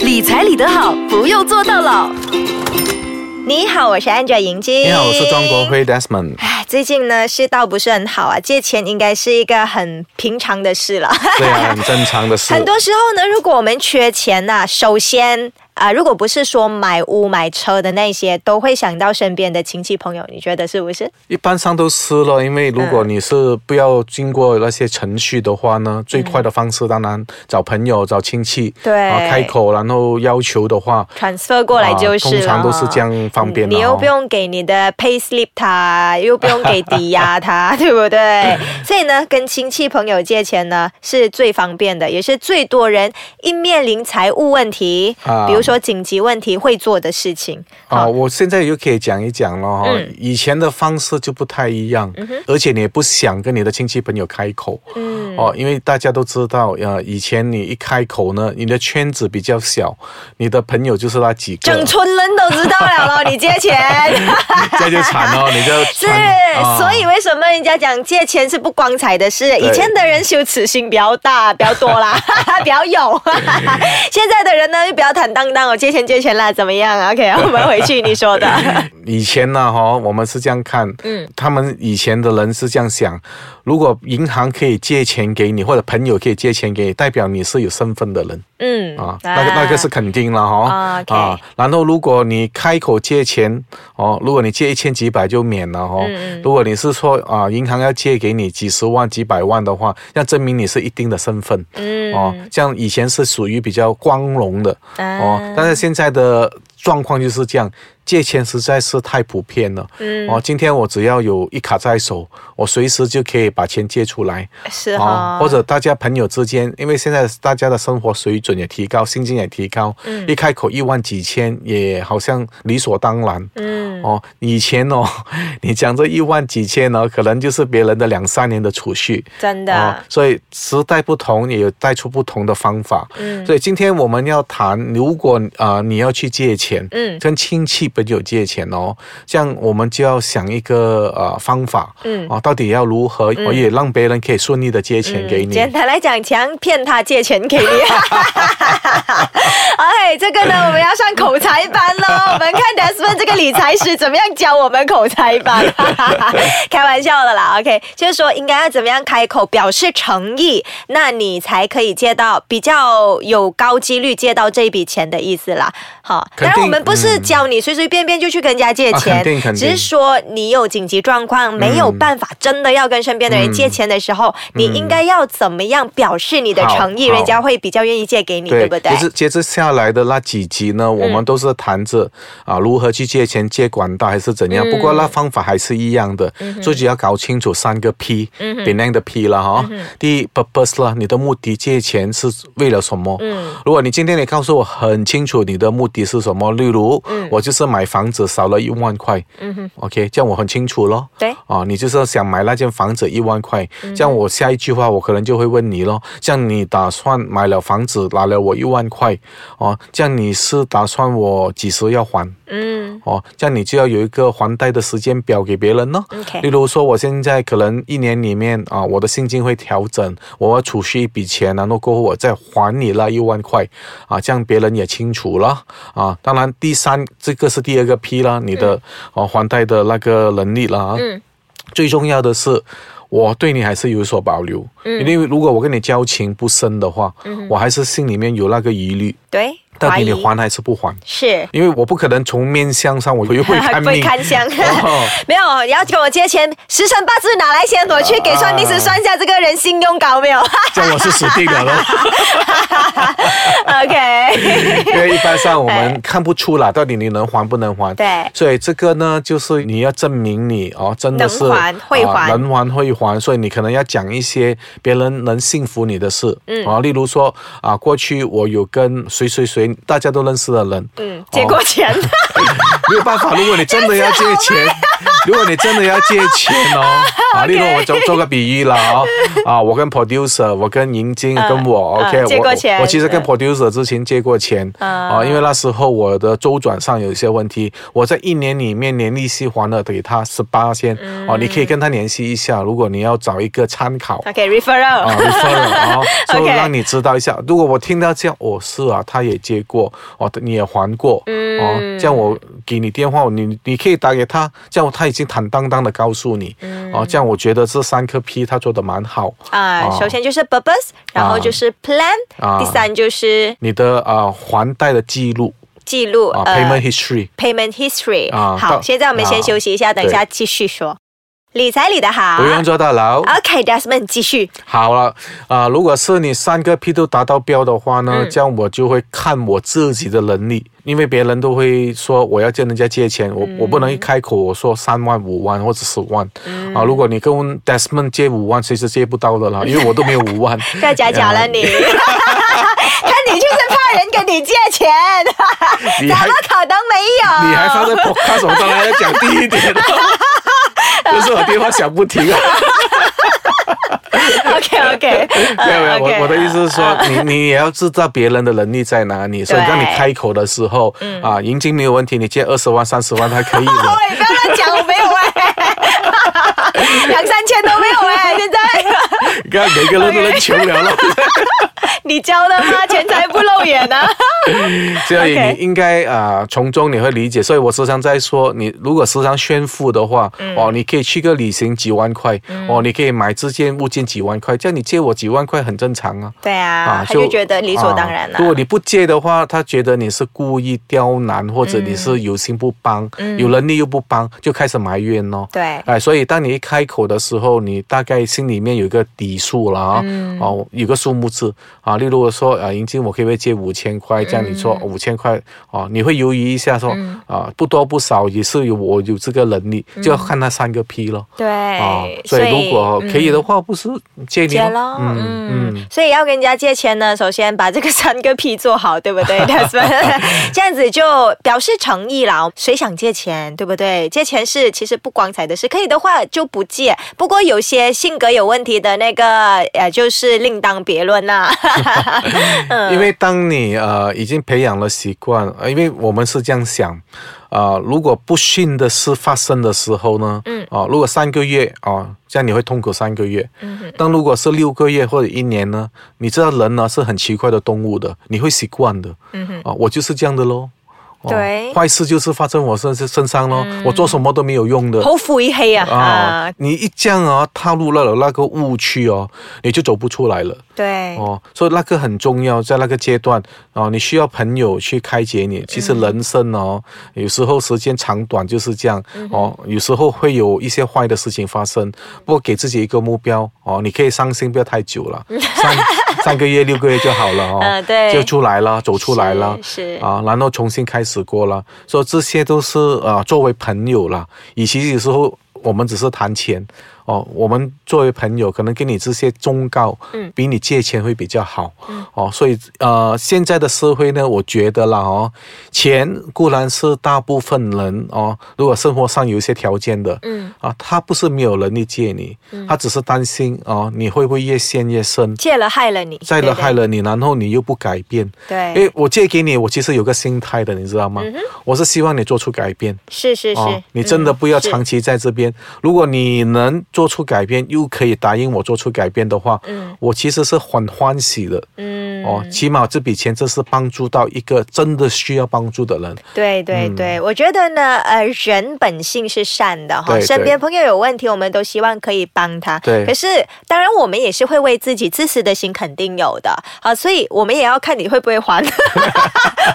理财理得好，不用做到老。你好，我是 Angel 迎金。你好，我是庄国。辉 Desmond。哎，最近呢世道不是很好啊，借钱应该是一个很平常的事了。对啊，很正常的事。 很多时候呢，如果我们缺钱呐、首先啊、如果不是说买屋买车的那些，都会想到身边的亲戚朋友，你觉得是不是？一般上都是了，因为如果你是不要经过那些程序的话呢，嗯最快的方式当然找朋友、找亲戚，对啊，开口然后要求的话， transfer 过来就是、嗯啊通常都是这样方便的你又哦不用给你的 pay slip 他，又不用给抵 押他，对不对？所以呢，跟亲戚朋友借钱呢是最方便的，也是最多人一面临财务问题，啊比如说紧急问题会做的事情。啊，好，我现在又可以讲一讲了哈、嗯以前的方式就不太一样，而且你也不想跟你的亲戚朋友开口，嗯，哦，因为大家都知道，呃，以前你一开口呢，你的圈子比较小，你的朋友就是那几个，整村人都知道了 咯，你借钱。，这就惨了，你就 是惨啊所以为什么人家讲借钱是不光彩的事？以前的人羞耻心比较大，比较多 啦， 比较有。 现在的人呢，就比较坦荡荡，我借钱借钱啦，怎么样？OK，我啊们回去你 说的。以前呢，哈，我们是这样看，嗯，他们以前的人是这样想，如果银行可以借钱给你，或者朋友可以借钱给你，代表你是有身份的人嗯啊，那个那个是肯定了啊哈， ，OK 然后如果你开口借钱，哦，如果你借一千几百就免了哈，嗯嗯如果你是说啊，银行要借给你几十万、几百万的话，要证明你是一定的身份，嗯哦，这样以前是属于比较光荣的，啊哦，但是现在的状况就是这样，借钱实在是太普遍了。嗯哦，今天我只要有一卡在手，我随时就可以把钱借出来。啊是哈哦，，或者大家朋友之间，因为现在大家的生活水准也提高，薪金也提高，嗯一开口一万几千也好像理所当然。嗯哦，以前哦， 你讲这一万几千呢、可能就是别人的两三年的储蓄。真的哦，所以时代不同，也有带出不同的方法。嗯所以今天我们要谈，如果呃你要去借钱，嗯跟亲戚朋友借钱哦，这样我们就要想一个呃方法，嗯哦，到底要如何，我也让别人可以顺利的借钱给你。嗯简单来讲，强骗他借钱给你。 哎，这个呢，我们要上口才班 喽。我们看 Desmond 这个理财师怎么样教我们口才班， 开玩笑的啦。OK，就是说应该要怎么样开口表示诚意，那你才可以借到比较有高几率借到这一笔钱的意思啦。好，当肯定然我们不是嗯教你随随便便就去跟人家借钱，啊肯定肯定只是说你有紧急状况没有办法，真的要跟身边的人借钱的时候，你应该要怎么样表示你的诚意，好好人家会比较愿意借给你，对不对嗯接？着接着下来的那几集呢，我们都是谈着啊如何去借钱、借管道还是怎嗯样。不过那方法还是一样的，最主要搞清楚三个 P，点嗯亮的 P 了哈。第一，purpose 啦，你的目的借钱是为了什么？嗯如果你今天你告诉我很清楚你的目的是什么，例如嗯我就是买房子少了一万块，OK，这样我很清楚咯。对，哦，你就是想买那间房子一万块，这样我下一句话我可能就会问你咯，这样你打算买了房子拿了我一万块，哦，这样你是打算我几时要还？嗯哦，这样你就要有一个还贷的时间表给别人咯。例，OK，如说，我现在可能一年里面啊，我的薪金会调整，我要储蓄一笔钱，然后过后我再还你那一万块，啊，这样别人也清楚了啊。当然，第三这个是第二个 P 啦，你的、哦还贷的那个能力了啊。嗯最重要的是。我对你还是有所保留，嗯因为如果我跟你交情不深的话，我还是心里面有那个疑虑，对，到嗯怀底你疑还还是不还？是因为我不可能从面相上我又会 看不会命，看相。 哦没有，你要跟我借钱，十成八字哪来钱？我去给算命师算一下这个人信用高没 有 这样我是死定了咯。 ？OK，因为一般上我们看不出啦，到底你能还不能还。对所以这个呢，就是你要证明你哦，真的是能还会还啊能还会还。所以你可能要讲一些别人能信服你的事，嗯啊，例如说啊，过去我有跟谁谁谁大家都认识的人，嗯，借过 钱， 没有办法，如果你真的要借钱，如果你真的要借钱哦，啊，例如 OK 我做做个比喻啦哦，啊，我跟 producer，我跟银晶，嗯跟我嗯 OK，借过我钱我其实跟嗯 producer 之前借过钱啊啊，因为那时候我的周转上有一些问题，我在一年里面年利息还了给他十八千哦，你可以跟他联系一下，如果你要找一个参考。 OK，referral，、 啊，referral 啊，所以 OK 让你知道一下。如果我听到这样，哦，是啊，他也接过，哦，你也还过，哦，这样我给你电话，你你可以打给他，这样他已经坦荡荡的告诉你，哦，这样我觉得这三颗 P 他做的蛮好，啊，哦首先就是 purpose，然后就是 plan，、啊第三就是你的呃还贷的记录记录、呃啊，payment history。 payment history、啊好，到啊现在我们先休息一下，等一下继续说理财理得好。不用做到牢。 OK，Desmond 继 续。好了啊、如果是你三个 P 都达到标的话呢，这样我就会看我自己的能力，因为别人都会说我要跟人家借钱，我、我不能一开口我说三万、五万或者十万、啊。如果你跟 Desmond 借五万，其实借不到的啦，因为我都没有五万。再假假哎了你， 看你就是怕人跟你借钱，你怎 还么可能没有？你还 放在 podcast，我当然要讲低一点了。就是我电话响不停啊。 OK 呃嗯 OK，嗯没有没有，我我的意思是说，你你也要知道别人的能力在哪里，所以当你开口的时候，嗯啊，银金没有问题，你借二十万、三十 万还可以的。喂哦，不要乱讲，我没有哎， 两三千都没有哎，现在你看每个人都能求 了了，你教的吗？钱财不露眼 啊。所以 OK 你应该啊、从中你会理解。所以我时常在说，你如果时常炫富的话，嗯哦，你可以去个旅行几万块，哦，你可以买这件物件几万块，这样你借我几万块很正常啊。对啊，他就觉得理所当然了啊。如果你不借的话，他觉得你是故意刁难，或者你嗯是有心不帮，有能力又不帮，就开始埋怨咯。对哎，所以当你一开口的时候，你大概心里面有一个底数了啊，嗯哦，有个数目字啊。例如说，啊，银晶，我可不可以借五千块？这样你说五千块，哦，你会犹豫一下说，嗯啊，不多不少，也是有我有这个能力，就要看那三个 P 咯。对啊，所以如果可以的话，不是借你解咯咯，嗯嗯所以要跟人家借钱呢，首先把这个三个 P 做好，对不 对 ？Desmond，这样子就表示诚意啦。谁想借钱，对不对？借钱是其实不光彩的事，可以的话就不借。不过有些性格有问题的那个，呃，就是另当别论啦。 因为当你呃已经培养了习惯，呃因为我们是这样想，呃，如果不幸的事发生的时候呢，嗯，啊、如果三个月啊、这样你会痛苦三个月，嗯，但如果是六个月或者一年呢，你知道人呢是很奇怪的动物的，你会习惯的，嗯啊、我就是这样的咯。哦对坏事就是发生我身身上咯，我做什么都没有用的。好腹一黑啊！ 啊啊，，你一这样啊，踏入了那个误区哦，你就走不出来了。对，哦，所以那个很重要，在那个阶段哦，你需要朋友去开解你。其实人生哦，嗯有时候时间长短就是这样哦，有时候会有一些坏的事情发嗯生。不过给自己一个目标哦，你可以伤心不要太久了， 三三个月六个月就好了哦，嗯对就出来了，走出来了。是。是啊，然后重新开始过了，所以这些都是啊、呃作为朋友啦，以及有时候我们只是谈钱哦，我们作为朋友，可能给你这些忠告，嗯，比你借钱会比较好，嗯，哦，所以呃，现在的社会呢，我觉得啦哦，钱固然是大部分人哦，如果生活上有一些条件的，嗯，啊，他不是没有能力借你，他只是担心哦，你会不会越陷越深，借了害了你，再了害了，了你，然后你又不改变，对，诶，我借给你，我其实有个心态的，你知道吗？嗯我是希望你做出改变哦是是是，你真的不要嗯是长期在这边。如果你能做出改变，又可以答应我做出改变的话，我其实是很欢喜的。嗯，哦，起码这笔钱真是帮助到一个真的需要帮助的人。对对嗯对，我觉得呢，呃，人本性是善的哈，对对身边朋友有问题，我们都希望可以帮他。对可是当然我们也是会为自己自私的心肯定有的啊，所以我们也要看你会不会 还，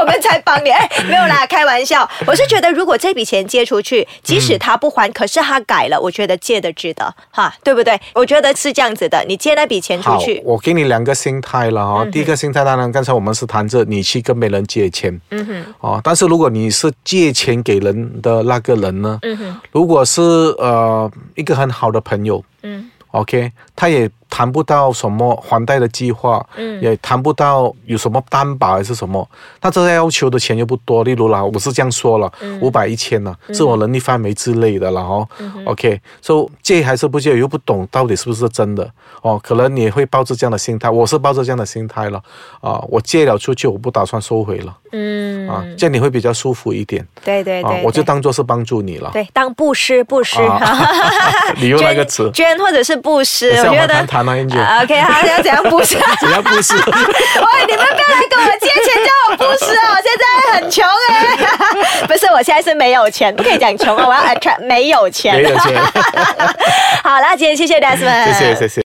我们才帮你。哎，没有啦，开玩笑。我是觉得如果这笔钱借出去，即嗯使他不还，可是他改了，我觉得借的值得哈，对不对？我觉得是这样子的，你借那笔钱出好去，，嗯我给你两个心态了哈、第一个心态当然，刚才我们是谈着你去跟别人借钱，嗯哼，哦，但是如果你是借钱给人的那个人呢，嗯哼，如果是呃一个很好的朋友，嗯。 ，OK，他也谈不到什么还贷的计划，嗯，也谈不到有什么担保还是什么。那这要求的钱又不多，例如啦，我是这样说了，嗯五百一千呢，是我能力范围之类的了哦。OK，所、以借还是不借，又不懂到底是不是真的哦。可能你会抱着这样的心态，我是抱着这样的心态了啊、我借了出去，我不打算收回了嗯，啊，这样你会比较舒服一点对对啊对，，我就对当做是帮助你了。对当布施布施。 啊 你用那个词，捐或者是布施，等我下我觉们得谈谈啊，Angel 啊 OK，好，要怎样布施？只要不是 喂，你们不要来跟我借钱叫我布施啊！我现在很穷哎、 不是，我现在是没有钱，不可以讲 穷啊，我要 attract 没有钱。没有钱，好啦，今天谢谢 Desmond，谢谢谢谢。